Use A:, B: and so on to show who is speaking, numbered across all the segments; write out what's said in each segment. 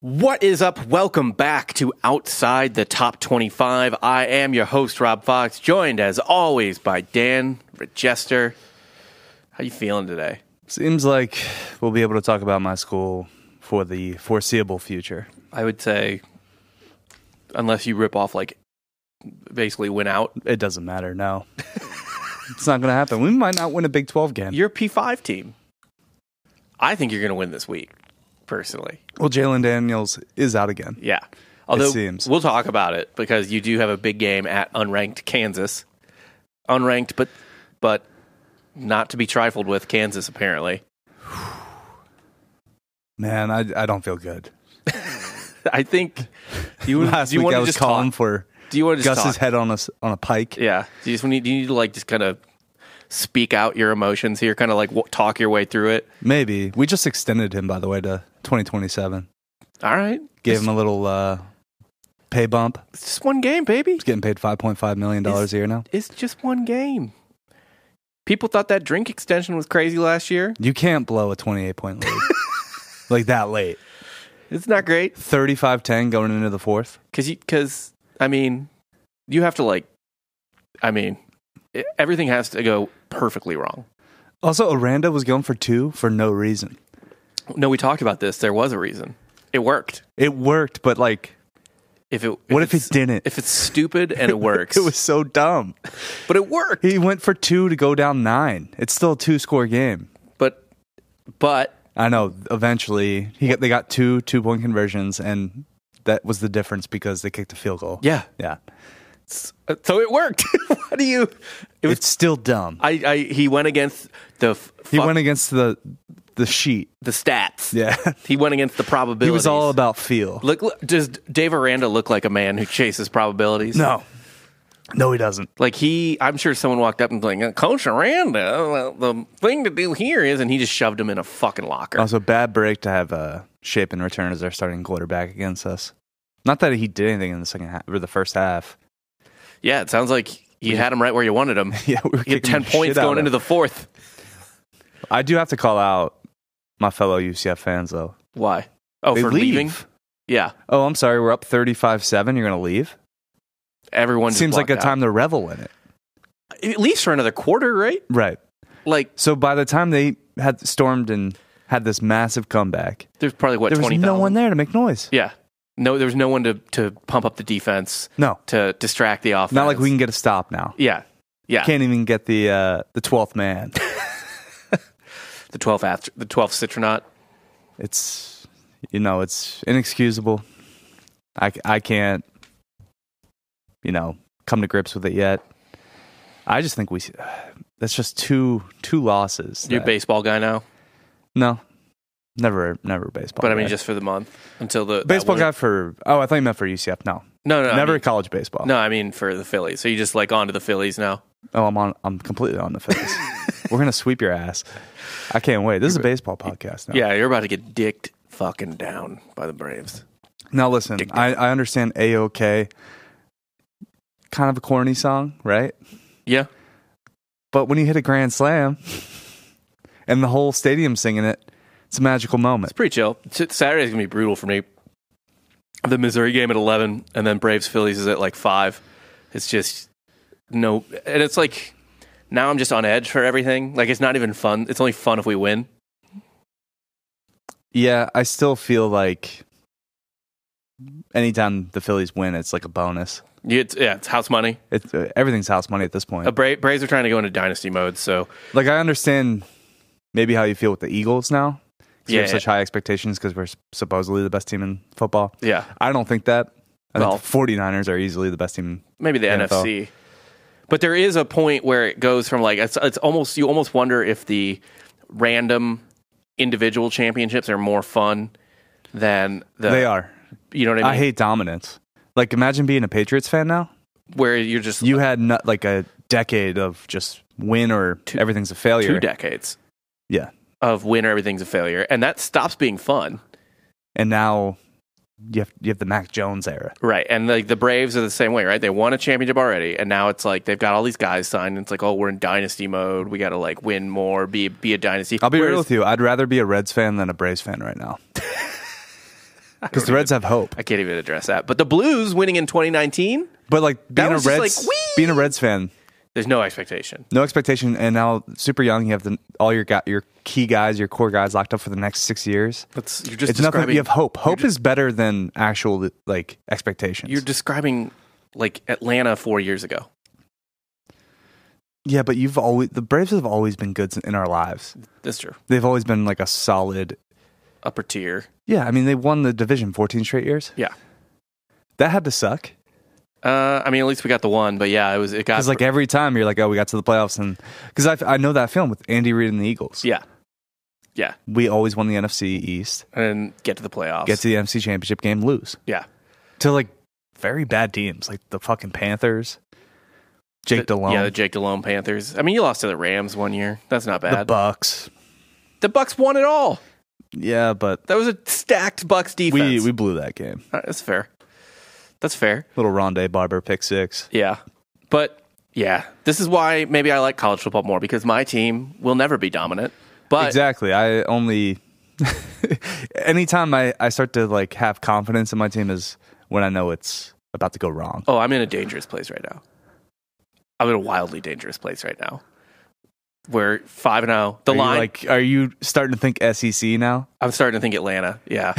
A: What is up? Welcome back to Outside the Top 25. I am your host, Rob Fox, joined as always by Dan Regester. How you feeling today?
B: Seems like we'll be able to talk about my school for the foreseeable future.
A: I would say, unless you rip off like basically win out,
B: It doesn't matter, no. it's not going to happen. We might not win a Big 12 game.
A: you're a P5 team. I think you're going to win this week, personally.
B: Well, Jalen Daniels is out again.
A: Yeah. Although
B: seems.
A: we'll talk about it because you do have a big game at unranked Kansas. Unranked but but not to be trifled with Kansas apparently.
B: Man, I, I don't feel good.
A: I think you would-
B: Last
A: do you
B: week
A: want
B: I
A: to
B: was
A: just
B: calling
A: talk?
B: for
A: Do you want to just
B: Gus's
A: talk?
B: head on a, s- on a pike.
A: Yeah. Do you just need, do you need to like just kind of speak out your emotions here, kind of like w- talk your way through it.
B: Maybe. We just extended him, by the way, to 2027.
A: All right.
B: Gave
A: just,
B: him a little uh, pay bump.
A: it's just one game, baby.
B: He's getting paid $5.5 million a
A: Is-
B: year now.
A: It's just one game. People thought that drink extension was crazy last year.
B: You can't blow a 28 point lead like that late.
A: It's not great.
B: 35 10 going into the fourth.
A: because because I mean, you have to like, I mean, i everything has to go perfectly wrong.
B: Also, Aranda was going for two for no reason.
A: No, we talked about this. There was a reason. It worked.
B: It worked, but like,
A: If it,
B: what if,
A: it's,
B: it didn't?
A: If it's stupid and it works,
B: it was so dumb.
A: but it worked.
B: He went for two to go down nine. It's still a two score game.
A: But but
B: I know. Eventually, he got, they got two two point conversions, and that was the difference because they kicked a field goal.
A: yeah,
B: yeah.
A: Uh, so it worked. what do you? It was.
B: It's still dumb.
A: I, I he went against the f-
B: he
A: fuck-
B: went against the the sheet.
A: the stats.
B: Yeah,
A: He went against the probabilities.
B: he was all about feel.
A: look, look. Does Dave Aranda look like a man who chases probabilities?
B: No, no, he doesn't.
A: Like he, I'm sure someone walked up and was like, Coach Aranda, the thing to do here is, and he just shoved him in a fucking locker.
B: Also, bad break to have uh, shape and return as their starting quarterback against us. Not that he did anything in the second half or the first half.
A: yeah, it sounds like you had him right where you wanted him.
B: Yeah, we were
A: You get
B: kicking
A: ten
B: the
A: points
B: shit out
A: going
B: of
A: into
B: him.
A: the fourth.
B: I do have to call out my fellow UCF fans though.
A: Why? Oh,
B: They
A: for
B: leave.
A: leaving. Yeah,
B: Oh, I'm sorry. We're up 35-7. You're going to leave.
A: everyone just
B: Seems like a
A: blocked out.
B: time to revel in it.
A: at least for another quarter, right?
B: Right.
A: Like
B: So by the time they had stormed and had this massive comeback,
A: there's probably what
B: there was
A: twenty.
B: no one there to make noise.
A: Yeah, no, there was no one to to pump up the defense
B: No,
A: to distract the offense.
B: not like we can get a stop now.
A: Yeah, yeah.
B: Can't even get the uh, the twelfth man.
A: the twelfth after the twelfth citronaut.
B: it's you know it's inexcusable i i can't you know come to grips with it yet i just think we that's just two two losses
A: You're a
B: that-
A: baseball guy now,
B: no never never a baseball
A: but I mean
B: guy.
A: just for the month until the that
B: baseball
A: winter-
B: guy for oh i thought you meant for ucf no
A: No, no,
B: never
A: I mean,
B: college baseball
A: no, I mean for the Phillies. So you just like onto the Phillies now.
B: oh i'm on i'm completely on the fence we're gonna sweep your ass i can't wait this is a baseball podcast now
A: Yeah, you're about to get dicked fucking down by the Braves.
B: Now listen, I, I understand AOK kind of a corny song, right?
A: Yeah,
B: But when you hit a grand slam and the whole stadium singing it, it's a magical moment.
A: it's pretty chill. S- Saturday's gonna be brutal for me. The Missouri game at eleven, and then Braves Phillies is at like five. It's just no, and it's like now I'm just on edge for everything. Like it's not even fun. It's only fun if we win.
B: Yeah, I still feel like anytime the Phillies win, it's like a bonus.
A: You, it's, yeah, it's house money.
B: It's, uh, everything's house money at this point.
A: The Bra- Braves are trying to go into dynasty mode, so
B: Like I understand maybe how you feel with the Eagles now. 'cause you have
A: Yeah.
B: such high expectations because we're s- supposedly the best team in football.
A: yeah,
B: I don't think that. I
A: Well-
B: think the 49ers are easily the best team
A: maybe the
B: NFL.
A: NFC. But there is a point where it goes from like it's, it's almost you almost wonder if the random individual championships are more fun than the
B: they are.
A: you know what I mean
B: I hate dominance. Like, imagine being a Patriots fan now.
A: where you're just
B: You had not, like a decade of just win or everything's a failure.
A: two decades
B: Yeah,
A: of win or everything's a failure and that stops being fun
B: and now you have you have the Mac Jones era.
A: right and like the Braves are the same way right they won a championship already and now it's like they've got all these guys signed and it's like oh we're in dynasty mode we got to like win more be be a dynasty
B: I'll be
A: Whereas-
B: real with you. I'd rather be a Reds fan than a Braves fan right now. because the Reds have hope.
A: I can't even address that. But the Blues winning in 2019,
B: But like being a
A: was just
B: Reds,
A: like, "Whee!"
B: being a Reds fan,
A: there's no expectation.
B: no expectation, and now super young. You have the, all your gu your key guys, your core guys locked up for the next six years.
A: That's you're just
B: It's
A: describing.
B: nothing. You have hope. Hope is better than actual like expectations.
A: You're describing like Atlanta four years ago.
B: yeah, but you've always the Braves have always been good in our lives.
A: That's true.
B: They've always been like a solid.
A: Upper tier.
B: Yeah, I mean they won the division 14 straight years.
A: Yeah.
B: That had to suck
A: Uh, I mean, at least we got the one. But yeah, it was it got
B: because like every time you're like, oh, we got to the playoffs, and because I, I know that film with Andy Reid and the Eagles.
A: yeah, yeah,
B: we always won the NFC East,
A: and get to the playoffs.
B: get to the NFC Championship game, lose.
A: yeah.
B: to like very bad teams, like the fucking Panthers, Jake
A: The-
B: DeLong,
A: Yeah, the Jake DeLone Panthers. I mean, you lost to the Rams one year. That's not
B: the
A: bad.
B: Bucks.
A: the Bucks won it all.
B: Yeah, but
A: That was a stacked Bucks defense.
B: we we blew that game.
A: All right, that's fair. That's fair.
B: Little Rondé Barber pick six.
A: Yeah. But yeah, this is why maybe I like college football more because my team will never be dominant. But
B: exactly. I only anytime I I start to like have confidence in my team is when I know it's about to go wrong.
A: oh, I'm in a dangerous place right now. I'm in a wildly dangerous place right now. We're 5 and 0. The
B: Are you,
A: line
B: like, are you starting to think SEC now?
A: I'm starting to think Atlanta. Yeah.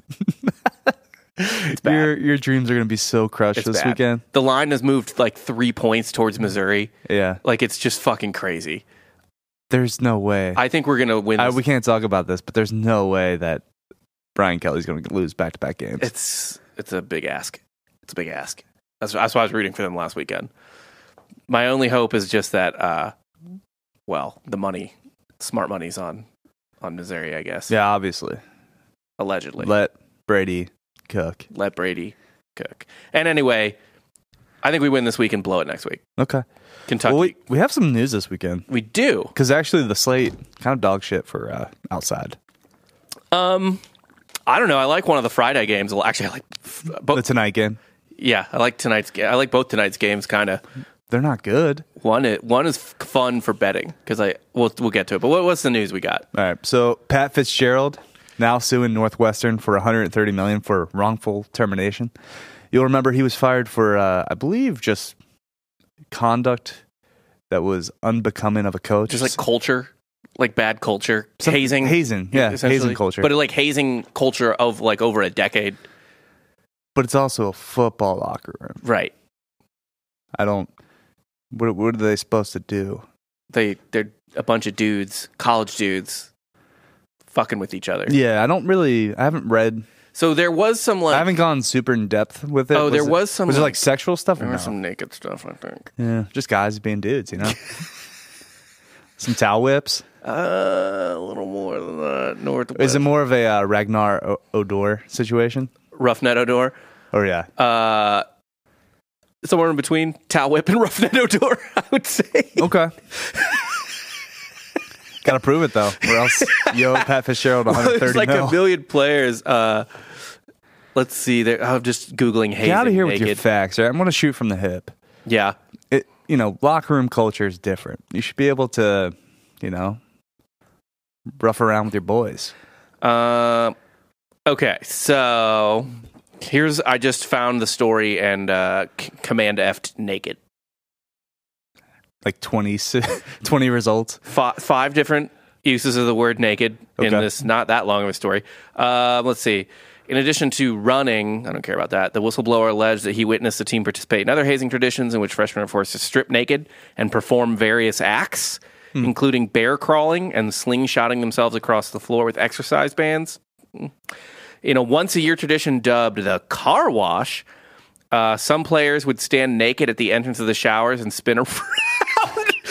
A: bad.
B: Your your dreams are going to be so crushed
A: It's
B: this
A: bad.
B: weekend.
A: The line has moved like 3 points towards Missouri.
B: Yeah,
A: Like it's just fucking crazy.
B: there's no way.
A: I think we're going to win
B: I,
A: this.
B: we can't talk about this, but there's no way that Brian Kelly's going to lose back to back games.
A: It's it's a big ask. It's a big ask. That's that's why I was rooting for them last weekend. My only hope is just that, uh, well, the money, smart money's on on Missouri, I guess.
B: yeah, obviously.
A: allegedly. Let,
B: Let Brady cook.
A: Brady cook. And anyway, I think we win this week and blow it next week.
B: Okay.
A: Kentucky,
B: Well,
A: we,
B: we, we have some news this weekend
A: do.
B: because actually the slate kind of dog shit for uh, outside.
A: Um, I don't know. I like one of the Friday games. Well, actually, I like f-
B: The
A: both.
B: tonight game,
A: Yeah, I like tonight's. ga- I like both tonight's games. Kind of
B: they're not good.
A: one. It, one is f- fun for betting because I. We'll we'll get to it. But what, what's the news we got?
B: All right. So Pat Fitzgerald now suing Northwestern for 130 million for wrongful termination. You'll remember he was fired for, uh, I believe, just conduct that was unbecoming of a coach.
A: just like culture, like bad culture, hazing,
B: hazing, yeah,
A: essentially.
B: hazing culture.
A: but like hazing culture of like over a decade,
B: but it's also a football locker room.
A: right?
B: I don't. What what are they supposed to do?
A: They they're a bunch of dudes, college dudes, fucking with each other.
B: Yeah, I don't really. I haven't read.
A: So there was some
B: I
A: like
B: haven't gone super in depth with it.
A: Oh, there
B: it-
A: was some,
B: Was it
A: like-
B: like sexual stuff or
A: there
B: no?
A: was some naked stuff. I think.
B: yeah, just guys being dudes, you know. some towel whips.
A: Uh, a little more than that. North
B: Is it more of a uh, Ragnar o- Odor situation?
A: Roughneck Odor?
B: Or yeah,
A: Uh, somewhere in between Towel Whip and Roughneck Odor, I would say.
B: okay. Gotta prove it though, or else yo Pat Fitzgerald
A: There's
B: 130
A: like
B: mil.
A: a million players. Uh, let's see. There, Oh, I'm just googling. Hazing
B: Get out of here
A: naked.
B: with your facts. Right? I'm gonna shoot from the hip.
A: yeah,
B: it you know locker room culture is different you should be able to you know rough around with your boys
A: Um, okay, so here's I just found the story and uh, c- command F naked.
B: like 20 s- 20 results
A: F- five different uses of the word naked in
B: Okay.
A: this not that long of a story. Uh, let's see. In addition to running, I don't care about that. The whistleblower alleged that he witnessed the team participate in other hazing traditions in which freshmen are forced to strip naked and perform various acts, including bear crawling and slingshotting themselves across the floor with exercise bands. In a once a year tradition dubbed the car wash, uh, some players would stand naked at the entrance of the showers and spin around,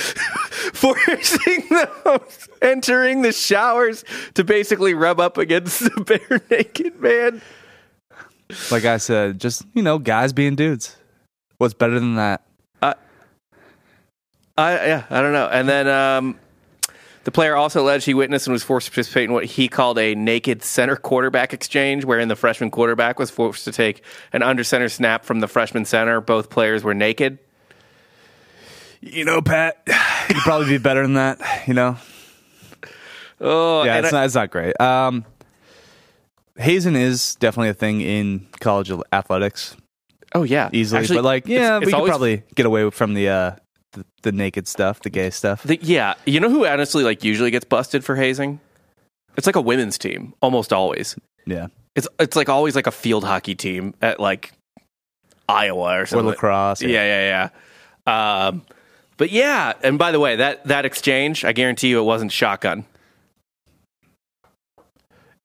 A: forcing those entering the showers to basically rub up against the bare naked man.
B: like i said just you know guys being dudes what's better than that
A: I yeah, I don't know. And then um, the player also alleged he witnessed and was forced to participate in what he called a naked center quarterback exchange, wherein the freshman quarterback was forced to take an under center snap from the freshman center. Both players were naked.
B: you know pat you'd probably be better than that you know
A: Oh,
B: yeah
A: and
B: it's
A: I-
B: not it's not great um hazing is definitely a thing in college athletics
A: Oh yeah,
B: easily,
A: Actually,
B: but like yeah,
A: it's- it's
B: we could
A: always-
B: probably get away from the, uh, the the naked stuff, the gay stuff.
A: the, yeah. You know who honestly like usually gets busted for hazing? It's like a women's team almost always.
B: yeah,
A: It's it's like always like a field hockey team at like Iowa or
B: or
A: something.
B: lacrosse. or-
A: Yeah, yeah, yeah. Um, but yeah, and by the way, that that exchange, I guarantee you, it wasn't shotgun.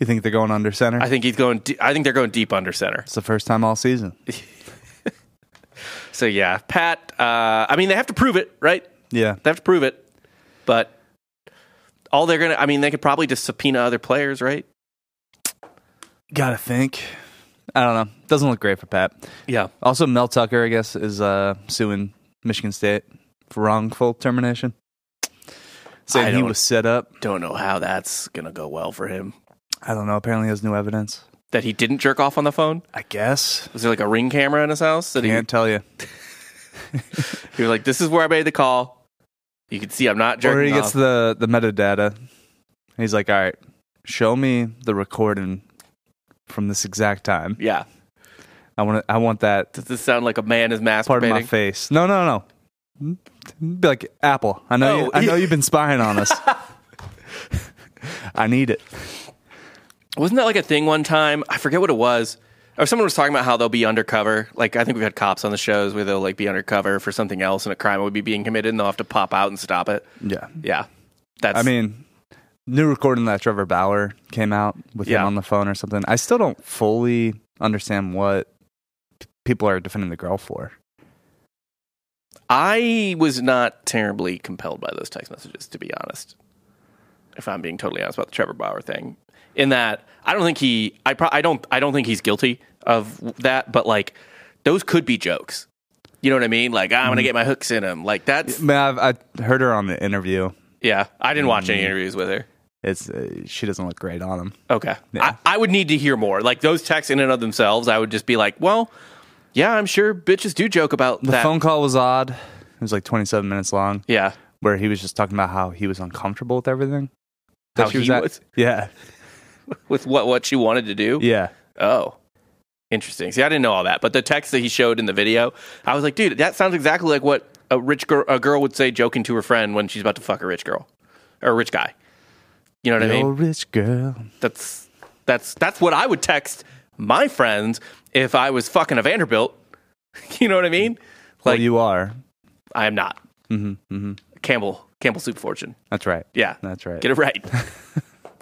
B: you think they're going under center?
A: I think he's going. De- I think they're going deep under center.
B: it's the first time all season.
A: So yeah, Pat. Uh, I mean, they have to prove it, right?
B: Yeah,
A: They have to prove it. But all they're gonna. I mean, they could probably just subpoena other players, right?
B: gotta think. I don't know. Doesn't look great for Pat.
A: Yeah.
B: Also, Mel Tucker, I guess, is uh, suing Michigan State for wrongful termination.
A: I
B: Saying he
A: don't-
B: was set up.
A: Don't know how that's gonna go well for him.
B: I don't know. Apparently, he has new evidence.
A: That he didn't jerk off on the phone.
B: I guess.
A: Was there like a ring camera in his house? That he,
B: Can't tell you.
A: he was like, "This is where I made the call." You can see I'm not jerking
B: or he gets
A: off.
B: the, the metadata. He's like, all right, show me the recording from this exact time.
A: yeah.
B: I want I want that
A: Does this sound like a man is masturbating?
B: part of my face. No, no, no. Be like Apple. I know.
A: Oh,
B: you, I know
A: yeah.
B: you've been spying on us. I need it.
A: Wasn't that like a thing one time? I forget what it was. Or someone was talking about how they'll be undercover. Like I think we've had cops on the shows where they'll like be undercover for something else and a crime would be being committed and they'll have to pop out and stop it.
B: Yeah.
A: Yeah. That's
B: I mean, new recording that Trevor Bauer came out with
A: Yeah.
B: him on the phone or something. I still don't fully understand what p- people are defending the girl for.
A: I was not terribly compelled by those text messages, to be honest. If I'm being totally honest about the Trevor Bauer thing, in that I don't think he, I, pro- I don't, I don't think he's guilty of that. But like, those could be jokes. You know what I mean? Like, "Ah, I'm
B: Mm-hmm.
A: gonna get my hooks in him. Like that's,
B: I mean, I've, I heard her on the interview.
A: yeah. I didn't watch
B: Mm-hmm.
A: any interviews with her.
B: It's uh, she doesn't look great on him.
A: Okay.
B: Yeah.
A: I, I would need to hear more. Like those texts in and of themselves, I would just be like, well, yeah, I'm sure bitches do joke about
B: The
A: that.
B: phone call was odd. It was like 27 minutes long,
A: yeah.
B: where he was just talking about how he was uncomfortable with everything.
A: How
B: That
A: he
B: at-
A: was?
B: Yeah,
A: With what what she wanted to do.
B: yeah.
A: Oh. Interesting. See, I didn't know all that, but the text that he showed in the video, I was like, dude, that sounds exactly like what a rich girl a girl would say joking to her friend when she's about to fuck a rich girl or a rich guy. You know what I mean?
B: Yo, rich girl.
A: That's that's that's what I would text my friends if I was fucking a Vanderbilt. you know what I mean?
B: Well,
A: Like-
B: you are.
A: I am not.
B: hmm hmm
A: Campbell Campbell Soup Fortune.
B: That's right.
A: Yeah,
B: That's right.
A: get it right.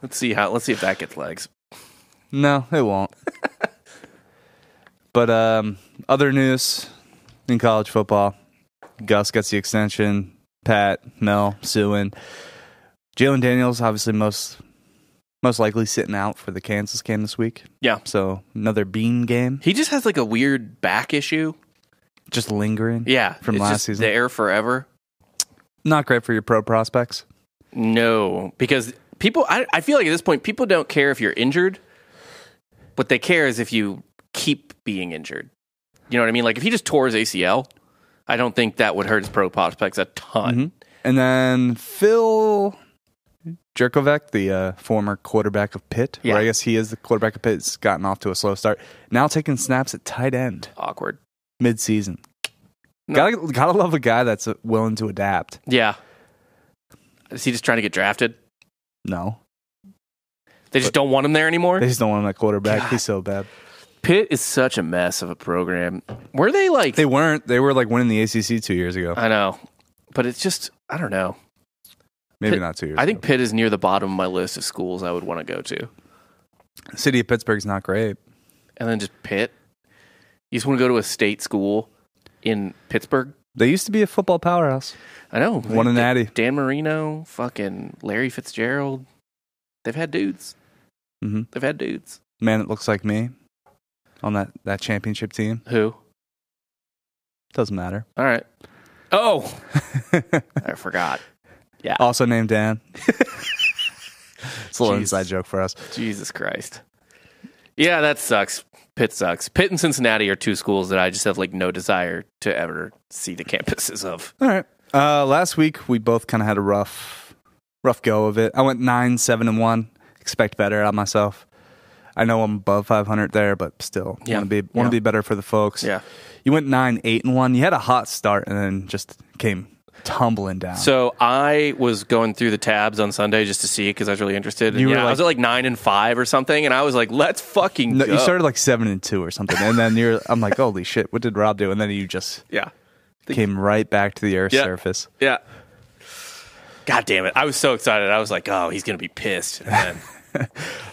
A: let's see how. Let's see if that gets legs.
B: No, it won't. but um, other news in college football: Gus gets the extension. Pat, Mel, suing. Jalen Daniels, obviously most most likely sitting out for the Kansas game this week.
A: Yeah.
B: So another Bean game,
A: He just has like a weird back issue.
B: just lingering.
A: Yeah,
B: From
A: it's
B: last
A: just
B: season.
A: there forever.
B: Not great for your pro prospects.
A: No, because people. I, I feel like at this point, people don't care if you're injured. What they care is if you keep being injured. You know what I mean? Like if he just tore his ACL, I don't think that would hurt his pro prospects a ton.
B: Mhm. And then Phil Jerkovic, the uh, former quarterback of Pitt,
A: Yeah.
B: or I guess he is the quarterback of Pitt, has gotten off to a slow start. Now taking snaps at tight end
A: Awkward.
B: mid-season.
A: No.
B: Gotta, gotta love a guy that's uh, willing to adapt.
A: Yeah. Is he just trying to get drafted?
B: No,
A: They just don't want him there anymore.
B: they just don't want him at quarterback. He's so bad.
A: Pitt is such a mess of a program. Were they like?
B: They weren't. They were like winning the ACC two years ago.
A: I know, but it's just I don't know.
B: Maybe
A: Pitt-
B: not two years.
A: I think
B: ago.
A: Pitt is near the bottom of my list of schools I would want to go to,
B: city of Pittsburgh's not great.
A: and then just Pitt. You just want to go to a state school in Pittsburgh.
B: They used to be a football powerhouse.
A: I know.
B: Won a natty.
A: Dan Marino, fucking Larry Fitzgerald. They've had dudes.
B: hmm
A: They've had dudes.
B: Man, it looks like me on that that championship team.
A: Who?
B: Doesn't matter.
A: All right. Oh, I forgot.
B: also named Dan. it's a little
A: Jeez.
B: inside joke for us.
A: Jesus Christ. Yeah, that sucks. Pitt sucks. Pitt and Cincinnati are two schools that I just have like no desire to ever see the campuses of.
B: All right. Uh, last week we both kind of had a rough, rough go of it. I went nine, seven, and one. Expect better out of myself. I know I'm above 500 there, but still
A: Yeah.
B: want to be want
A: Yeah.
B: to be better for the folks.
A: Yeah.
B: You went nine, eight, and one. You had a hot start, and then just came tumbling down.
A: So I was going through the tabs on Sunday just to see because I was really interested. And
B: You were
A: yeah, I
B: like-
A: was at like nine and five or something, and I was like, "Let's fucking
B: No,
A: go.
B: you started like seven and two or something, and then you're. I'm like, holy shit, what did Rob do? And then you just
A: yeah,
B: came right back to the Earth's
A: Yeah.
B: surface.
A: yeah. God damn it! I was so excited. I was like, "Oh, he's gonna be pissed." And then,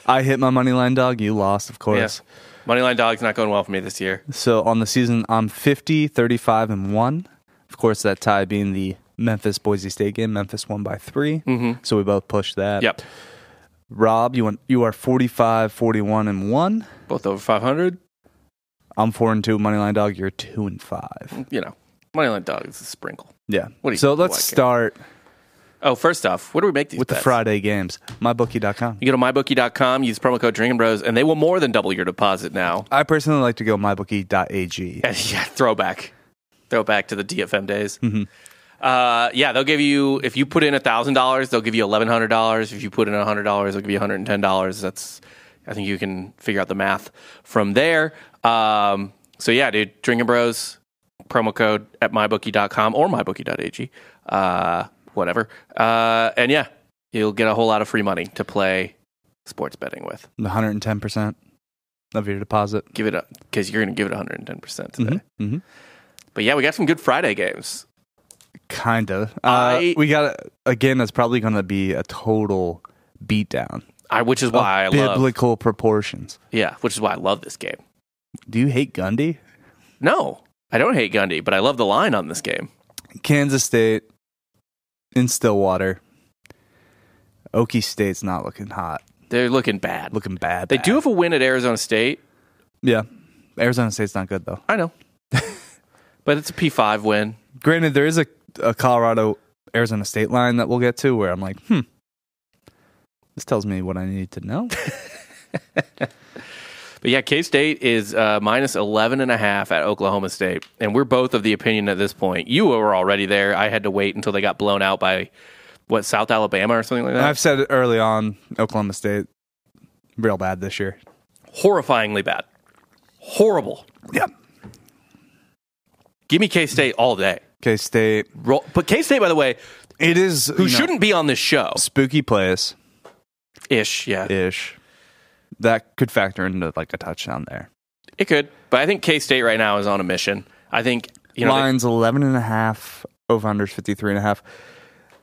B: I hit my money line dog. You lost, of
A: yeah.
B: course.
A: Moneyline Dog's not going well for me this year.
B: So on the season, I'm 50, 35, and one. Of course, that tie being the Memphis Boise State game. Memphis won by 3 so we both pushed that.
A: Mm-hmm. Yep,
B: Rob, you went. You are 45, 41, and one.
A: both over five hundred.
B: I'm four and two. Money line dog. You're two and five.
A: You know, Moneyline Dog is a sprinkle.
B: Yeah.
A: Mm. What do you-
B: so let's
A: what, Cam?
B: start
A: Oh, first off, where do we make these
B: with the
A: bets?
B: Friday games. Mybookie.com.
A: You go to mybookie.com, use promo code Drinking Bros, and they will more than double your deposit now.
B: I personally like to go mybookie.ag.
A: yeah, throwback, throwback to the DFM days. Uh, yeah, they'll give you if you put in thousand dollars, they'll give you eleven hundred dollars. If you put in hundred dollars, they'll give you one hundred and ten dollars. That's I think you can figure out the math from there. Um, so yeah, dude, Drinking Bros promo code at mybookie.com or mybookie.ag, uh, whatever. Uh, and yeah, you'll get a whole lot of free money to play sports betting with.
B: The 110% of your deposit.
A: Give it up because you're going to give it one hundred and ten percent today.
B: Mhm, mhm.
A: But yeah, we got some good Friday games.
B: Kind of. Uh,
A: I-
B: we got, again, that's probably going to be a total beatdown.
A: I, which is why I
B: Of
A: love
B: Biblical proportions.
A: yeah, which is why I love this game.
B: Do you hate Gundy?
A: No, I don't hate Gundy, but I love the line on this game.
B: Kansas State in Stillwater. Okie State's not looking hot,
A: They're looking bad.
B: looking bad.
A: They
B: bad.
A: do have a win at Arizona State.
B: Yeah. Arizona State's not good, though.
A: I know, but it's a P five win.
B: Granted, there is a, a Colorado Arizona State line that we'll get to where I'm like, hmm, this tells me what I need to know.
A: But yeah, K State is uh, minus 11 and a half at Oklahoma State. And we're both of the opinion at this point. You were already there. I had to wait until they got blown out by, what, South Alabama or something like that?
B: I've said it early on Oklahoma State, real bad this year.
A: Horrifyingly bad. Horrible.
B: Yeah.
A: Give me K State all day.
B: K State.
A: Roll. But K State, by the way,
B: It is
A: who shouldn't be on this show
B: spooky place
A: ish. Yeah, it,
B: ish. That could factor into like a touchdown there.
A: could, but I think K State right now is on a mission. I think you know. they-
B: Lines 11 and a half, over unders 53 and a half.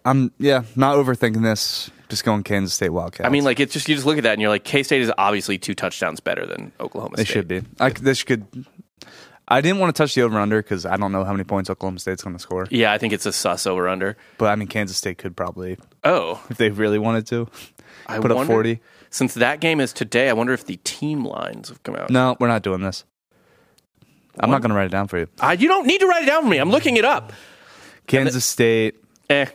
B: I'm yeah, not overthinking this. Just going Kansas State Wildcats.
A: I mean, like it's just you just look at that and you're like, K State is obviously two touchdowns better than Oklahoma
B: They
A: State.
B: should be. I, c- this could. I didn't want to touch the over under because I don't know how many points Oklahoma State's going to score.
A: Yeah, I think it's a sus over under.
B: But I mean, Kansas State could probably,
A: Oh,
B: if they really wanted to,
A: I
B: put up
A: wonder-
B: forty.
A: Since that game is today, I wonder if the team lines have come out.
B: No, we're not doing this.
A: One-
B: I'm not going to write it down for you.
A: I, you don't need to write it down for me. I'm looking it up.
B: Kansas State
A: Eh,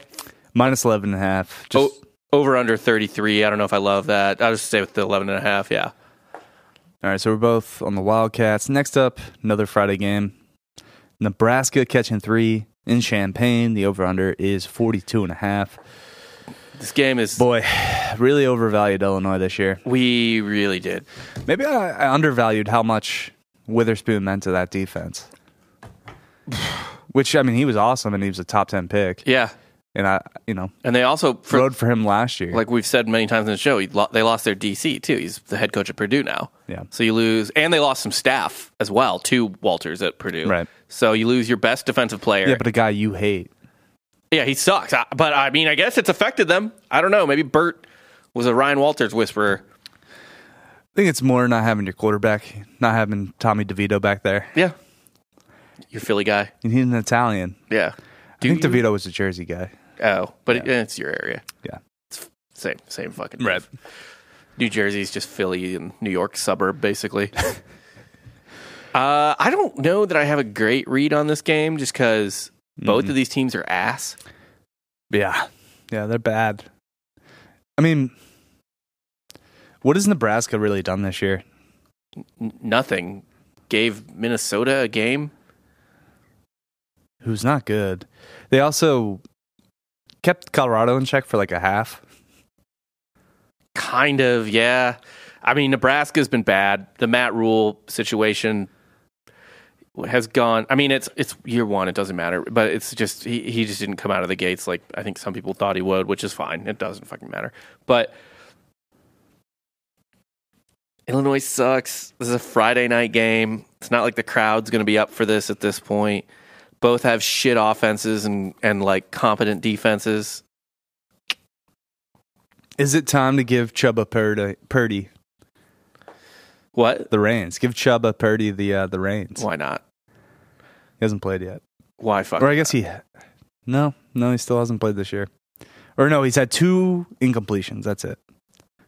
B: minus eleven and a half. Just
A: o- over under 33. I don't know if I love that. I'll just stay with the 11 and a half. Yeah.
B: all right. So we're both on the Wildcats. Next up, another Friday game. Nebraska catching three in Champaign. The over under is 42 and a half.
A: This game is.
B: Boy, really overvalued Illinois this year.
A: We really did.
B: Maybe I, I undervalued how much Witherspoon meant to that defense. Which I mean, he was awesome, and he was a top ten pick.
A: Yeah.
B: And I, you know,
A: And they also, for
B: rode for him last year.
A: like we've said many times in the show, he lo- they lost their DC too. He's the head coach at Purdue now.
B: Yeah.
A: So you lose, and they lost some staff as well to Walters at Purdue.
B: Right.
A: So you lose your best defensive player.
B: yeah, but a guy you hate.
A: Yeah, he sucks. I, but I mean, I guess it's affected them. I don't know. Maybe Bert was a Ryan Walters whisperer.
B: I think it's more not having your quarterback, not having Tommy DeVito back there.
A: Yeah. Your Philly guy.
B: And he's an Italian.
A: Yeah. Do
B: I think
A: you-
B: DeVito was a Jersey guy.
A: Oh, but it, it's your area.
B: Yeah.
A: Same, same fucking.
B: Right.
A: New Jersey's just Philly and New York suburb, basically. uh, I don't know that I have a great read on this game, just because both of these teams are ass.
B: Mm-hmm. Yeah. Yeah, they're bad. I mean, what has Nebraska really done this year?
A: N- nothing gave Minnesota a game.
B: Who's not good? They also kept Colorado in check for like a half.
A: Kind of, yeah. I mean, Nebraska's been bad. The Matt Rule situation has gone. I mean, it's it's year one. It doesn't matter, but it's just he he just didn't come out of the gates like I think some people thought he would, which is fine. It doesn't fucking matter. But Illinois sucks. This is a Friday night game. It's not like the crowd's going to be up for this at this point. Both have shit offenses and and like competent defenses.
B: Is it time to give Chuba Purdy, Purdy
A: What?
B: the reins? Give Chuba Purdy the uh, the reins.
A: Why not?
B: He hasn't played yet,
A: Why fuck?
B: or I guess he. No, no, he still hasn't played this year. Or no, he's had two incompletions. That's it.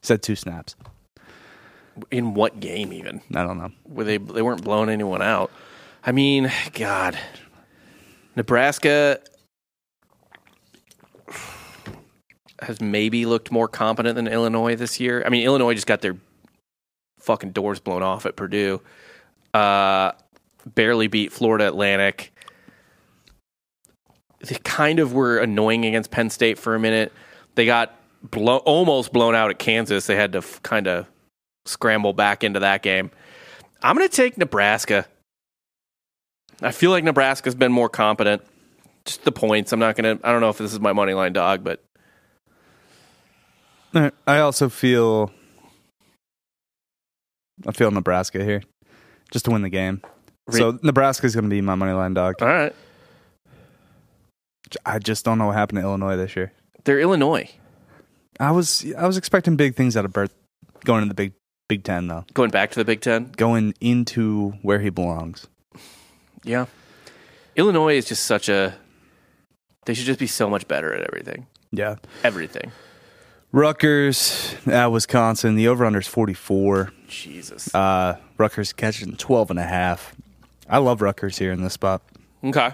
B: He's had two snaps.
A: in what game even?
B: I don't know.
A: where they they weren't blowing anyone out. I mean, God, Nebraska has maybe looked more competent than Illinois this year. I mean, Illinois just got their fucking doors blown off at Purdue. Uh, barely beat Florida Atlantic. They kind of were annoying against Penn State for a minute. They got blow, almost blown out at Kansas. They had to f- kind of scramble back into that game. I'm going to take Nebraska. I feel like Nebraska's been more competent. Just the points. I'm not going to. I don't know if this is my money line dog, but
B: All right. I also feel I feel Nebraska here just to win the game. So Nebraska's going to be my money line dog.
A: all right,
B: I just don't know what happened to Illinois this year.
A: they're Illinois
B: I was I was expecting big things out of Bert going into the Big Big 10 though.
A: going back to the Big Ten.
B: Going into where he belongs.
A: Yeah, Illinois is just such a. They should just be so much better at everything.
B: Yeah.
A: Everything.
B: Rutgers at Wisconsin, the over under's 44.
A: Jesus.
B: Uh Rutgers catching 12 and a half. I love Rutgers here in this spot.
A: Okay.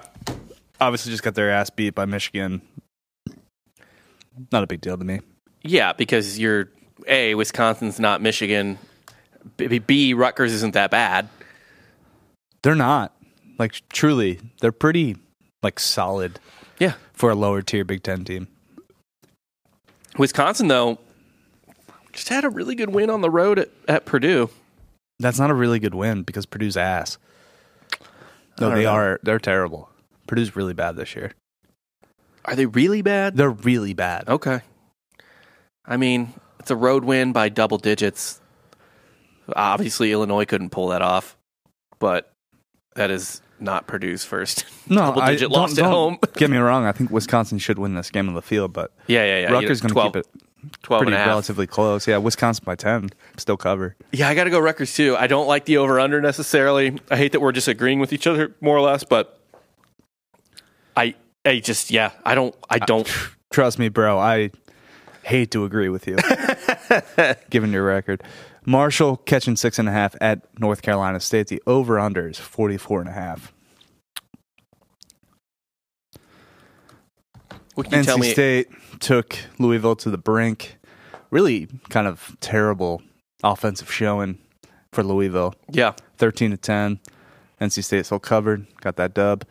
B: Obviously just got their ass beat by Michigan. Not a big deal to me.
A: Yeah, because you're a Wisconsin's not Michigan. B, B Rutgers isn't that bad.
B: They're not. Like truly, they're pretty like solid
A: Yeah,
B: for a lower tier Big 10 team.
A: Wisconsin though just had a really good win on the road at, at Purdue.
B: That's not a really good win because Purdue's ass. No,
A: don't
B: they
A: know.
B: are. They're terrible. Purdue's really bad this year.
A: Are they really bad?
B: They're really bad.
A: Okay. I mean, it's a road win by double digits. Obviously, Illinois couldn't pull that off, but that is not Purdue's first.
B: No,
A: Double digit
B: don't-
A: loss at
B: don't
A: home.
B: get me wrong. I think Wisconsin should win this game on the field, but
A: yeah, yeah, yeah.
B: Rutgers going to keep it
A: 12
B: pretty
A: and a half.
B: relatively close. Yeah, Wisconsin by ten, still cover.
A: Yeah, I got to go Rutgers too. I don't like the over under necessarily. I hate that we're disagreeing with each other more or less, but I, I just yeah, I don't, I
B: Uh,
A: don't.
B: Trust me, bro. I hate to agree with you, given your record. Marshall catching six and a half at North Carolina State. The over under is 44 and a half.
A: What can you tell
B: NC
A: me?
B: State took Louisville to the brink. Really kind of terrible offensive showing for Louisville.
A: Yeah,
B: 13 to 10. NC State still covered, got that dub.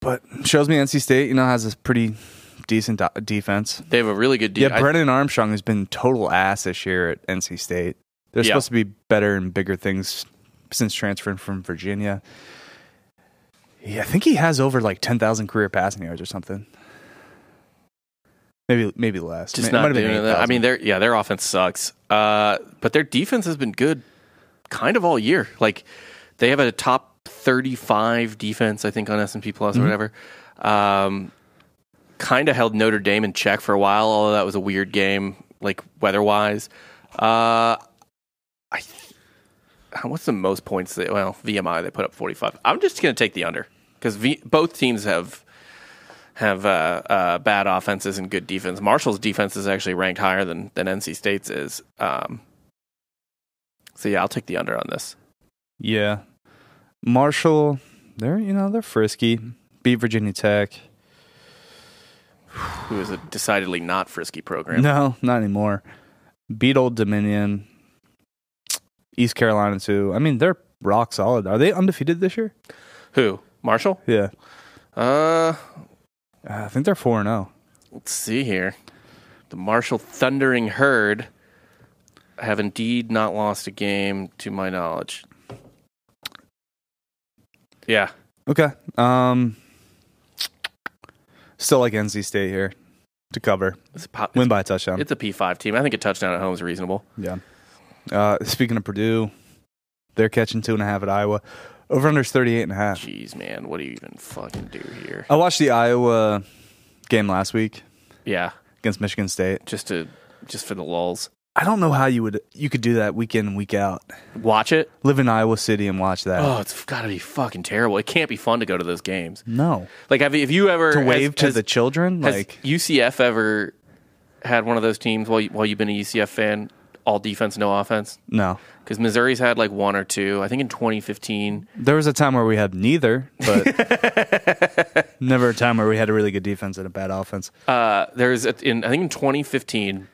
B: But shows me NC State, you know, has this pretty decent do- defense.
A: they have a really good. De-
B: Yeah,
A: I-
B: Brennan Armstrong has been total ass this year at NC State. They're
A: Yeah.
B: supposed to be better and bigger things since transferring from Virginia. Yeah, I think he has over like ten thousand career passing yards or something. Maybe maybe less.
A: just
B: It might
A: not
B: have been
A: doing that. I
B: 8,000.
A: mean, their yeah, their offense sucks, uh, but their defense has been good, kind of all year. Like they have a top thirty-five defense, I think, on S and P
B: Mm-hmm.
A: Plus or whatever. Um, kind of held Notre Dame in check for a while, although that was a weird game, like weather-wise. Uh, I th- uh, what's the most points? That, well, VMI they put up forty-five. I'm just going to take the under because v- both teams have have uh, uh, bad offenses and good defense. Marshall's defense is actually ranked higher than, than NC State's is. Um, so yeah, I'll take the under on this.
B: Yeah. Marshall, they're you know, they're frisky. Beat Virginia Tech.
A: Who is a decidedly not frisky program?
B: No, not anymore. Beat Old Dominion. East Carolina too. I mean, they're rock solid. Are they undefeated this year?
A: Who? Marshall?
B: Yeah.
A: Uh,
B: Uh, I think they're 4 0.
A: let's see here. The Marshall Thundering Herd have indeed not lost a game to my knowledge. Yeah.
B: Okay. Um, still like NC State here to cover.
A: It's a, pop,
B: Win by a touchdown.
A: it's a P5 team. I think a touchdown at home is reasonable.
B: Yeah. Uh, speaking of Purdue, they're catching two and a half at Iowa. Over unders 38 and a half.
A: Jeez, man. What do you even fucking do here?
B: I watched the Iowa game last week
A: Yeah.
B: against Michigan State.
A: Just to just for the lulls.
B: I don't know how you would you could do that week in and week out.
A: Watch it.
B: Live in Iowa City and watch that.
A: Oh, it's got to be fucking terrible. It can't be fun to go to those games.
B: no.
A: Like, have, have you ever
B: To wave
A: has-
B: to
A: has-
B: the children
A: Has
B: like
A: UCF ever had one of those teams while, you, while you've been a UCF fan? All defense, no offense?
B: no.
A: Because Missouri's had like one or two. I think in 2015.
B: There was a time where we had neither, but never a time where we had a really good defense and a bad offense.
A: Uh, there's a, in I think in 2015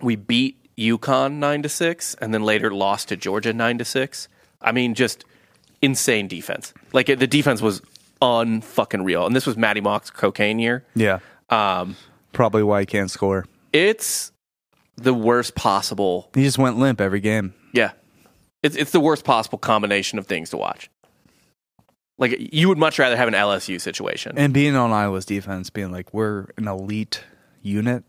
A: we beat UConn nine to six, and then later lost to Georgia nine to six. I mean, just insane defense. Like it, the defense was unfucking real, and this was Matty Mock's cocaine year.
B: Yeah.
A: Um,
B: Probably why he can't score.
A: it's the worst possible
B: He just went limp every game.
A: Yeah. It's it's the worst possible combination of things to watch. Like you would much rather have an LSU situation.
B: And being on Iowa's defense, being like we're an elite unit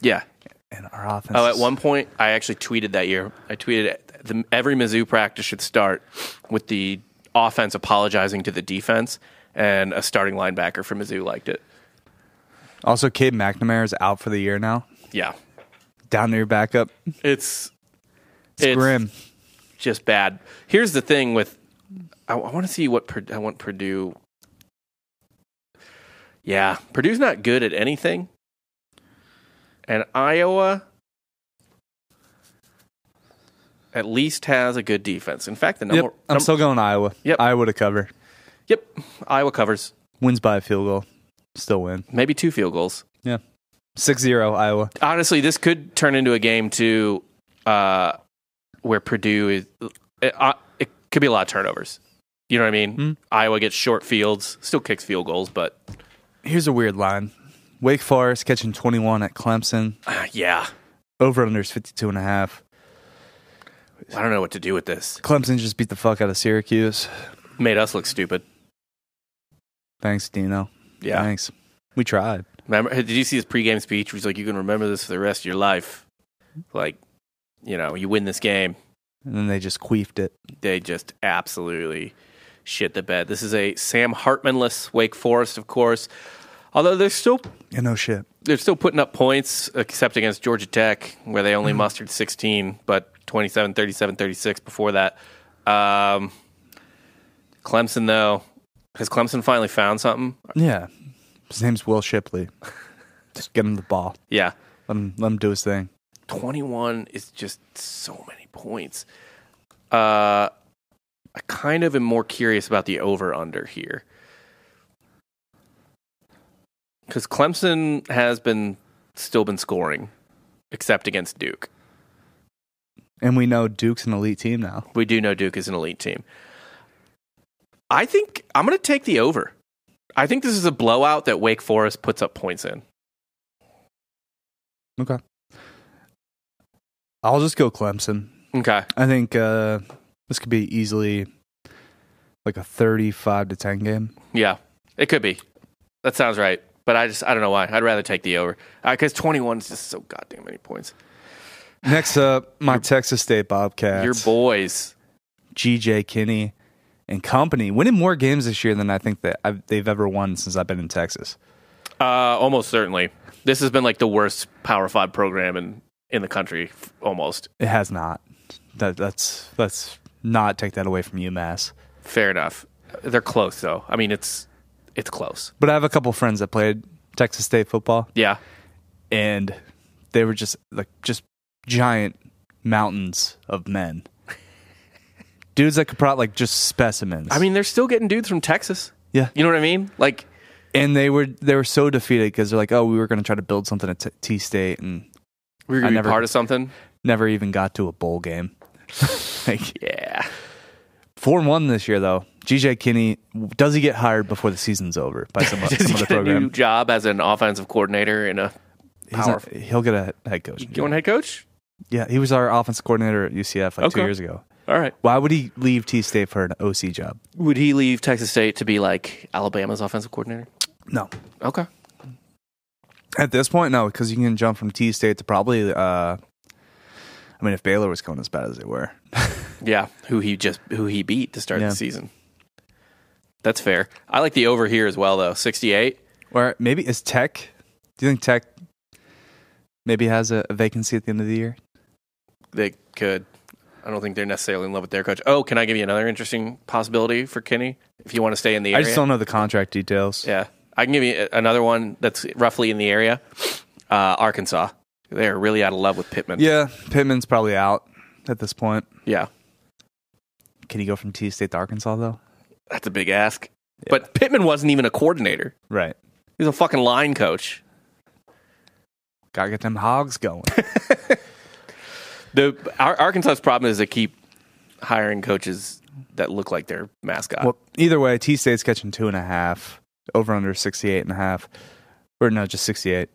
A: yeah.
B: and our offense.
A: Oh, at
B: is-
A: one point I actually tweeted that year. I tweeted the, every Mizzou practice should start with the offense apologizing to the defense, and a starting linebacker for Mizzou liked it.
B: Also, Cade McNamara is out for the year now.
A: Yeah,
B: Down to your backup. It's,
A: it's
B: grim.
A: just bad. Here's the thing with I, I want to see what Pur- I want Purdue. Yeah, Purdue's not good at anything, and Iowa at least has a good defense. In fact, the number
B: Yep. I'm
A: num-
B: still going Iowa.
A: Yep.
B: Iowa to cover.
A: yep Iowa covers
B: Wins by a field goal. Still win.
A: maybe two field goals.
B: 6 0 Iowa.
A: honestly, this could turn into a game too, uh, where Purdue is. It, uh, it could be a lot of turnovers. You know what I mean?
B: Hmm.
A: Iowa gets short fields, still kicks field goals, but
B: Here's a weird line Wake Forest catching 21 at Clemson.
A: uh, yeah,
B: Over under is 52 and a half.
A: I don't know what to do with this.
B: Clemson just beat the fuck out of Syracuse.
A: Made us look stupid.
B: Thanks, Dino. Thanks. We tried.
A: Remember? Did you see his pregame speech? Where he's like, "You can remember this for the rest of your life." Like, you know, you win this game,
B: And then they just queefed it.
A: they just absolutely shit the bed. This is a Sam Hartmanless Wake Forest, of course. Although they're still
B: Yeah, no shit.
A: they're still putting up points except against Georgia Tech where they only mustered 16 but 27 37 36 before that um, Clemson though has Clemson finally found something
B: Yeah. His name's Will Shipley. Just get him the ball.
A: yeah
B: Let him, let him do his thing.
A: 21 is just so many points uh, I kind of am more curious about the over under here because Clemson has been still been scoring except against Duke
B: And we know Duke's an elite team now.
A: We do know Duke is an elite team. I think I'm going to take the over. I think this is a blowout that Wake Forest puts up points in.
B: Okay. I'll just go Clemson.
A: Okay.
B: I think uh, this could be easily like a 35 to 10 game.
A: Yeah. It could be. That sounds right. But I just, I don't know why. I'd rather take the over. Because 21 is just so goddamn many points.
B: Next up, my Texas State Bobcats.
A: Your boys.
B: GJ Kinney and company winning more games this year than I think that I've, they've ever won since I've been in Texas.
A: Uh, almost certainly. This has been like the worst Power 5 program in, in the country, f- almost.
B: It has not. That, that's let's not take that away from UMass.
A: Fair enough. They're close, though. I mean, it's it's close.
B: But I have a couple friends that played Texas State football,
A: Yeah.
B: and they were just like just giant mountains of men, dudes that could probably like just specimens.
A: I mean, they're still getting dudes from Texas.
B: yeah,
A: You know what I mean? Like,
B: and they were they were so defeated because they're like, oh, we were going to try to build something at T- T State and
A: we were
B: I
A: gonna be
B: never-
A: part of something.
B: never even got to a bowl game. like
A: Yeah,
B: four and one this year though. GJ Kinney does he get hired before the season's over by some, some other
A: a new
B: program?
A: job as an offensive coordinator and a
B: He's not- he'll get a head coach.
A: you want head coach.
B: Yeah, he was our offense coordinator at UCF like two
A: Okay.
B: years ago.
A: All right.
B: Why would he leave T State for an OC job?
A: Would he leave Texas State to be like Alabama's offensive coordinator?
B: No.
A: Okay.
B: At this point, no, because you can jump from T State to probably. Uh, I mean, if Baylor was going as bad as they were,
A: Yeah, who he just who he beat to start
B: Yeah.
A: the season. That's fair. I like the over here as well though. 68.
B: or maybe is Tech? Do you think Tech maybe has a, a vacancy at the end of the year?
A: They could. I don't think they're necessarily in love with their coach. Oh, can I give you another interesting possibility for Kenny if you want to stay in the
B: I
A: area?
B: just don't know the contract details.
A: Yeah, I can give you another one that's roughly in the area. Uh, Arkansas, they're really out of love with Pittman.
B: Yeah, Pittman's probably out at this point.
A: Yeah,
B: Can he go from T State to Arkansas though?
A: that's a big ask. But Pittman wasn't even a coordinator;
B: Right.
A: he was a fucking line coach.
B: Gotta get them hogs going.
A: The Ar- Arkansas's problem is they keep hiring coaches that look like their mascot.
B: well, either way, T State's catching two and a half, over under 68 and a half, or no, just 68.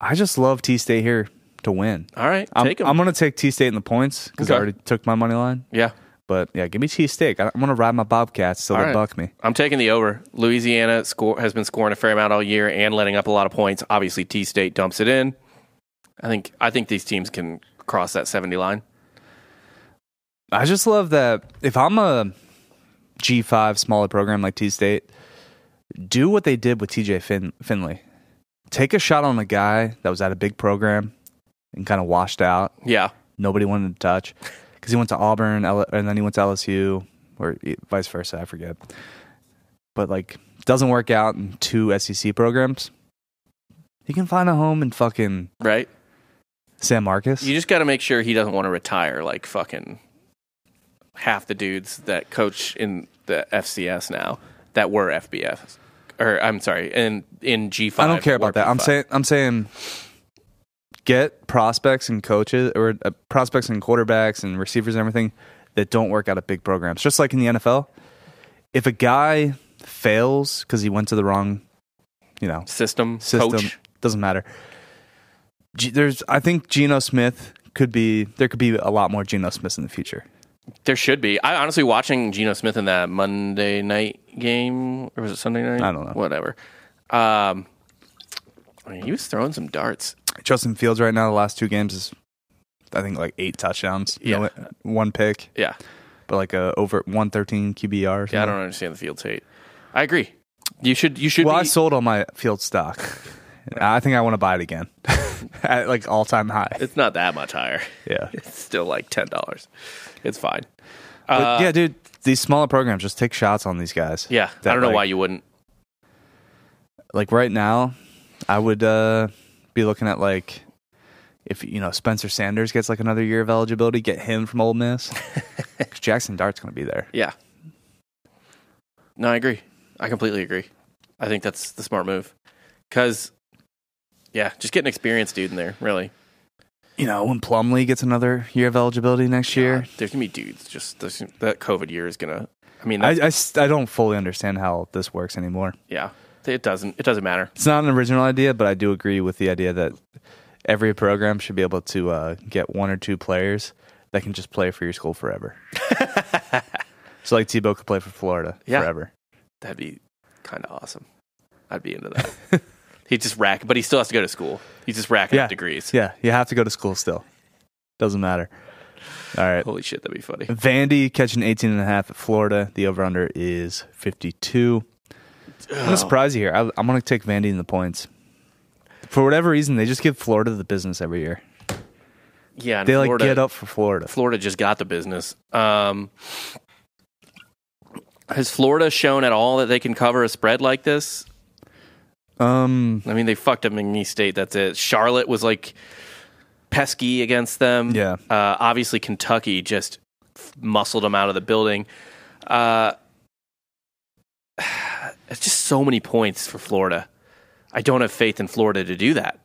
B: I just love T State here to win.
A: All right,
B: I'm,
A: take him.
B: I'm going to take T State in the points because I
A: Okay.
B: already took my money line.
A: yeah,
B: But yeah, give me T State. I'm going to ride my Bobcats till
A: All
B: they
A: right.
B: buck me.
A: I'm taking the over. Louisiana score has been scoring a fair amount all year and letting up a lot of points. Obviously, T State dumps it in. I think I think these teams can cross that 70 line.
B: I just love that if I'm a G5 smaller program like T State, do what they did with TJ fin- Finley. Take a shot on a guy that was at a big program and kind of washed out.
A: Yeah.
B: nobody wanted to touch because he went to Auburn L- and then he went to LSU or e- vice versa. I forget. But like, doesn't work out in two SEC programs. He can find a home in fucking
A: Right?
B: San Marcos.
A: You just got to make sure he doesn't want to retire like fucking half the dudes that coach in the FCS now that were FBS. Or I'm sorry, in in G5.
B: I don't care
A: or
B: about that. I'm
A: P5.
B: saying I'm saying get prospects and coaches or uh, prospects and quarterbacks and receivers and everything that don't work out at big programs. Just like in the NFL, if a guy fails because he went to the wrong, you know,
A: system,
B: system
A: coach.
B: doesn't matter. G- there's, I think Geno Smith could be there. Could be a lot more Geno Smiths in the future.
A: There should be. I honestly watching Geno Smith in that Monday night game or was it Sunday night?
B: I don't know.
A: Whatever. Um I mean, he was throwing some darts.
B: Justin Fields right now, the last two games is, I think like eight touchdowns,
A: Yeah.
B: No- one pick,
A: Yeah.
B: but like a over one thirteen QBR. or
A: Yeah, I
B: something.
A: don't understand the Fields hate. I agree. You should you should
B: Well, I
A: be-
B: sold all my Field stock. I think I want to buy it again at like all time high.
A: it's not that much higher.
B: Yeah,
A: It's still like ten dollars. It's fine.
B: but
A: Uh,
B: yeah, dude. These smaller programs just take shots on these guys.
A: yeah,
B: That,
A: I don't know
B: like-
A: why you wouldn't.
B: like right now, I would uh, be looking at like if you know Spencer Sanders gets like another year of eligibility, get him from Ole Miss. 'Cause Jackson Dart's going to be there.
A: Yeah. No, I agree. I completely agree. I think that's the smart move. Cause, yeah, just get an experienced dude in there. Really,
B: You know, when Plumlee gets another year of eligibility next year,
A: God, there's gonna be dudes. Just there's- that COVID year is gonna. I mean,
B: I,
A: that,
B: I s- I don't fully understand how this works anymore.
A: yeah, it doesn't. It doesn't matter.
B: It's not an original idea, but I do agree with the idea that every program should be able to uh, get one or two players that can just play for your school forever. so, like Tebow could play for Florida
A: Yeah.
B: forever.
A: That'd be kind of awesome. I'd be into that. he just rack, but he still has to go to school. He's just racking
B: Yeah.
A: up degrees.
B: Yeah, you have to go to school still. Doesn't matter. All right.
A: Holy shit, that'd be funny.
B: Vandy catching 18 and a half at Florida. The over under is 52. I'm going to
A: Oh,
B: surprise you here. I, I'm going to take Vandy in the points. For whatever reason, they just give Florida the business every year.
A: Yeah, and
B: They like
A: Florida-
B: get up for Florida.
A: Florida just got the business. Um, has Florida shown at all that they can cover a spread like this?
B: Um,
A: I mean, they fucked up McNeese State. That's it. Charlotte was like pesky against them.
B: Yeah.
A: Uh, obviously, Kentucky just f- muscled them out of the building. Uh, it's just so many points for Florida. I don't have faith in Florida to do that.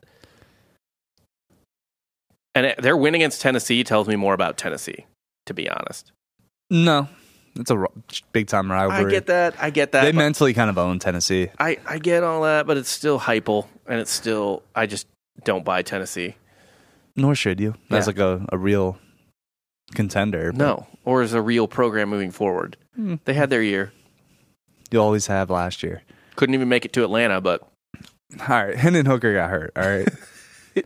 A: And it- their win against Tennessee tells me more about Tennessee, to be honest.
B: no, it's a big time rivalry.
A: that. I get that.
B: They mentally kind of own Tennessee.
A: I, I get all that, but it's still hypel, and it's still I just don't buy Tennessee.
B: Nor should you. That's
A: Yeah.
B: like a, a real contender. but
A: No, or as a real program moving forward.
B: Hmm.
A: They had their year.
B: You always have last year.
A: Couldn't even make it to Atlanta, but
B: All right. Hendon Hooker got hurt. All right.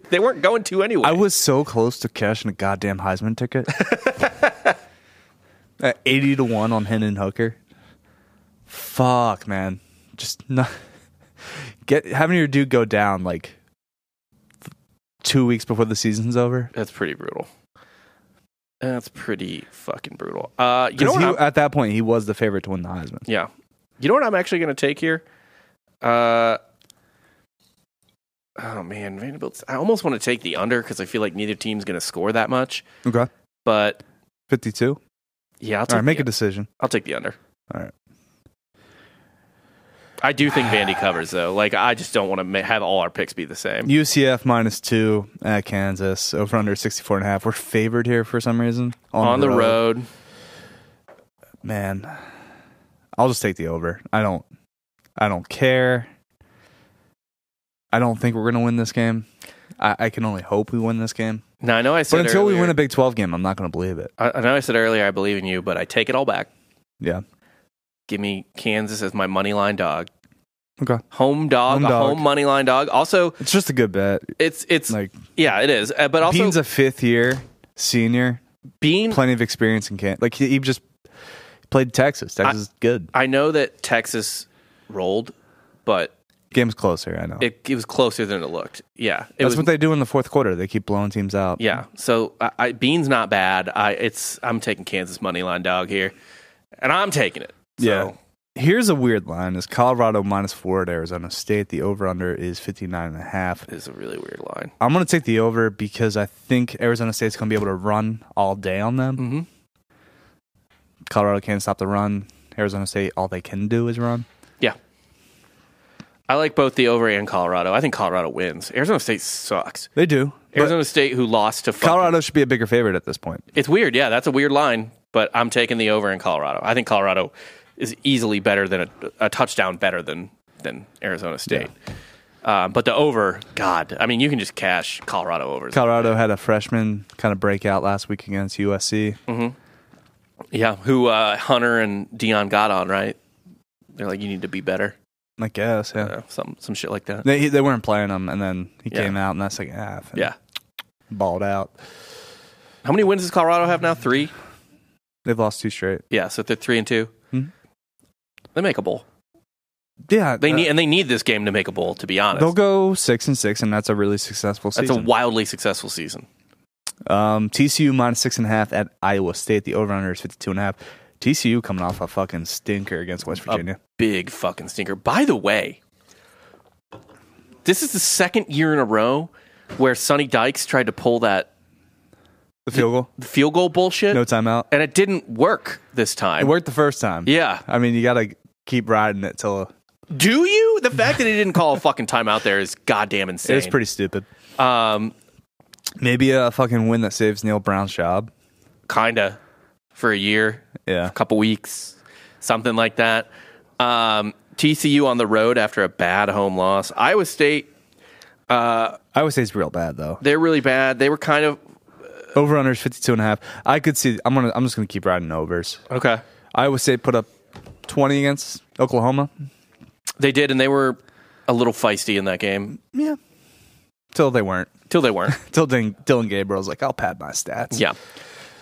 A: they weren't going to anyway.
B: I was so close to cashing a goddamn Heisman ticket. At 80 to 1 on Hendon Hooker. Fuck, man. Just not. Get, having your dude go down like two weeks before the season's over.
A: That's pretty brutal. That's pretty fucking brutal. Uh, you know
B: Because
A: what? I'm-
B: at that point, he was the favorite to win the Heisman.
A: yeah. You know what I'm actually going to take here? Uh, oh man, Vanderbilt. I almost want to take the under because I feel like neither team's going to score that much.
B: Okay.
A: But
B: 52.
A: yeah, I'll
B: All
A: take.
B: right, make
A: the,
B: a decision.
A: I'll take the under.
B: All right.
A: I do think Vandy covers though. Like I just don't want to ma- have all our picks be the same.
B: UCF minus two at Kansas over under 64 and a half. We're favored here for some reason.
A: On, the road.
B: Man, I'll just take the over. I don't, I don't care. I don't think we're going to win this game. I, I can only hope we win this game.
A: Now I know I said
B: But until we
A: earlier-
B: win a Big 12 game, I'm not going to believe it.
A: I, I know I said earlier I believe in you, but I take it all back.
B: Yeah.
A: Give me Kansas as my money line dog.
B: Okay.
A: Home dog,
B: Home
A: a
B: dog.
A: home money line dog. Also,
B: It's just a good bet.
A: it's it's
B: Like,
A: yeah, it is. Uh, but also
B: Bean's a fifth year senior,
A: Bean.
B: plenty of experience in Kansas. Like, he, he just played Texas. Texas is good.
A: I know that Texas rolled, but
B: Game's closer, I know.
A: it, it was closer than it looked. Yeah, it
B: That's
A: was.
B: what they do in the fourth quarter. They keep blowing teams out.
A: yeah, so I, I, Bean's not bad. I it's I'm taking Kansas money line dog here, and I'm taking it. So,
B: Yeah. Here's a weird line is Colorado minus four at Arizona State. The over under is 59 and a half.
A: it's a really weird line.
B: I'm going to take the over because I think Arizona State's going to be able to run all day on them.
A: Mm-hmm.
B: Colorado can't stop the run. Arizona State, all they can do is run.
A: Yeah. I like both the over and Colorado. I think Colorado wins. Arizona State sucks.
B: They do. But
A: Arizona State, who lost to fucking-
B: Colorado should be a bigger favorite at this point.
A: It's weird. Yeah, that's a weird line, but I'm taking the over in Colorado. I think Colorado is easily better than a, a touchdown better than than Arizona State. Uh, but the over, God, I mean, you can just cash Colorado overs.
B: Colorado had a freshman kind of breakout last week against USC.
A: yeah, who uh, Hunter and Dion got on right? They're like, you need to be better.
B: I guess, yeah.
A: Uh, some some shit like that.
B: They, they weren't playing him, and then he
A: Yeah.
B: came out in that second half and
A: Yeah.
B: balled out.
A: How many wins does Colorado have now? Three.
B: They've lost two straight.
A: Yeah, so they're three and 2
B: Mhm.
A: They make a bowl.
B: Yeah,
A: They
B: uh,
A: need and they need this game to make a bowl. To be honest,
B: They'll go six and six, and that's a really successful
A: that's a
B: season.
A: wildly successful season.
B: um, TCU minus six and a half at Iowa State. The over under is fifty two and a half. TCU coming off a fucking stinker against West Virginia.
A: big fucking stinker. By the way, this is the second year in a row where Sonny Dykes tried to pull that
B: the field goal,
A: field goal bullshit,
B: no timeout.
A: and it didn't work this
B: It
A: time.
B: worked the first time.
A: Yeah.
B: I mean you got to keep riding it till
A: Do you? The fact that he didn't call a fucking timeout there is goddamn insane.
B: it's pretty stupid.
A: um,
B: Maybe a fucking win that saves Neil Brown's job.
A: kinda for a year,
B: Yeah,
A: a couple weeks, something like that. Um, TCU on the road after a bad home loss. Iowa State,
B: Iowa State's real bad though.
A: they're really bad. They were kind of
B: Over under is fifty two and a half. I could see. I'm gonna. I'm just gonna keep riding overs.
A: okay.
B: Iowa State put up twenty against Oklahoma.
A: They did, and they were a little feisty in that game.
B: Yeah, till they weren't.
A: Till they weren't.
B: Till Dylan, Dylan Gabriel's like, I'll pad my stats.
A: yeah.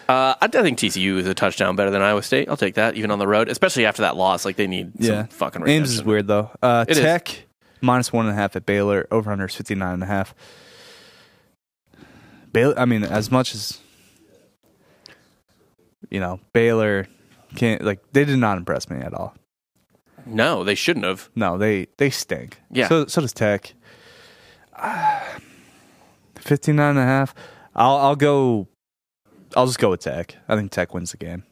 A: Uh, I, I think TCU is a touchdown better than Iowa State. I'll take that, even on the road, especially after that loss. Like they need
B: Yeah.
A: some fucking
B: Ames is
A: redemption.
B: weird, though. Uh,
A: It is.
B: Tech, minus one and a half at Baylor, over under is 59 and a half. Baylor, I mean, as much as, you know, Baylor can't, like, they did not impress me at all.
A: No, they shouldn't have.
B: No, they, they stink.
A: Yeah.
B: So, so does Tech. Uh, 59 and a half. I'll, I'll go, I'll just go with Tech. I think Tech wins the game.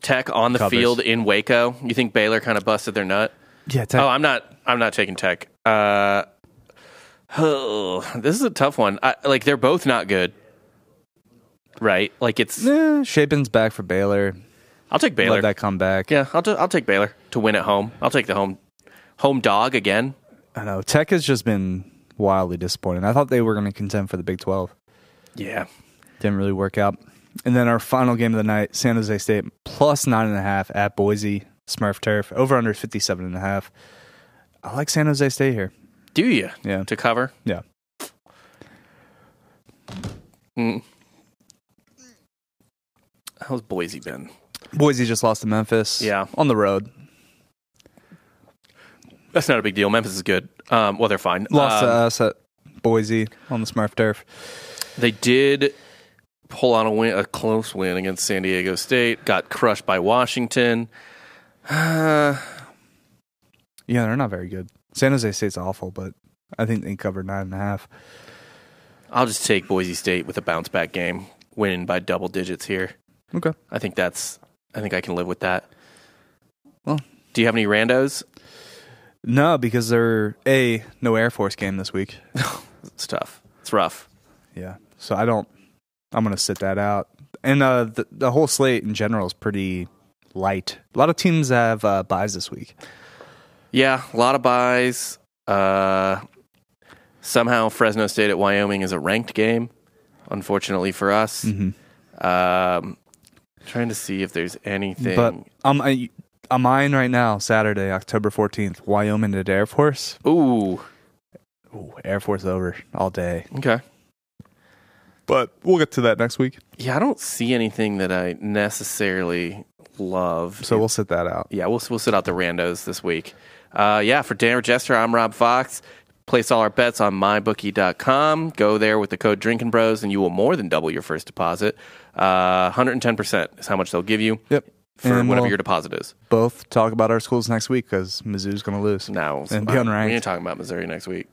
A: Tech on the
B: Covers.
A: field in Waco. You think Baylor kind of busted their nut?
B: Yeah, Tech.
A: Oh, I'm not. I'm not taking Tech. Uh, oh, this is a tough one. I, like they're both not good, right? Like it's.
B: Eh, Shapin's back for Baylor.
A: I'll take Baylor.
B: Let that come back.
A: Yeah, I'll t- I'll take Baylor to win at home. I'll take the home home dog again.
B: I know. Tech has just been wildly disappointing. I thought they were going to contend for the Big 12.
A: Yeah.
B: Didn't really work out. And then our final game of the night, San Jose State plus nine and a half at Boise Smurf Turf, over under 57 and a half. I like San Jose State here.
A: Do you?
B: Yeah.
A: To cover?
B: Yeah.
A: Mm. How's Boise been?
B: Boise just lost to Memphis.
A: Yeah.
B: On the road.
A: That's not a big deal. Memphis is good. Um, well, they're fine.
B: Lost uh,
A: Um,
B: to us at Boise on the Smurf Turf.
A: They did pull on a win, a close win against San Diego State. Got crushed by Washington. Uh,
B: Yeah, they're not very good. San Jose State's awful, but I think they covered nine and a half.
A: I'll just take Boise State with a bounce back game, winning by double digits here.
B: Okay.
A: I think that's. I think I can live with that.
B: Well.
A: do you have any randos?
B: No, because they're a no Air Force game this week.
A: It's tough. It's rough.
B: Yeah. So I don't. I'm gonna sit that out. And uh, the the whole slate in general is pretty light. A lot of teams have uh, buys this week.
A: Yeah, a lot of buys. Uh, somehow Fresno State at Wyoming is a ranked game. Unfortunately for us,
B: Mm. Mm-hmm.
A: um, trying to see if there's anything.
B: But um, I, I'm mine right now. Saturday, October 14th, Wyoming at Air Force.
A: Ooh,
B: Ooh, Air Force over all day.
A: okay.
B: But we'll get to that next week.
A: Yeah, I don't see anything that I necessarily love.
B: So we'll sit that out.
A: yeah, we'll we'll sit out the randos this week. Uh, yeah, for Dan Jester, I'm Rob Fox. Place all our bets on mybookie.com. Go there with the code Drinking Bros, and you will more than double your first deposit. Uh, 110% is how much they'll give you
B: Yep.
A: for
B: And
A: whatever
B: we'll
A: your deposit is.
B: both talk about our schools next week because Mizzou's gonna lose.
A: Now,
B: And be
A: we're
B: unranked.
A: talking about Missouri next week.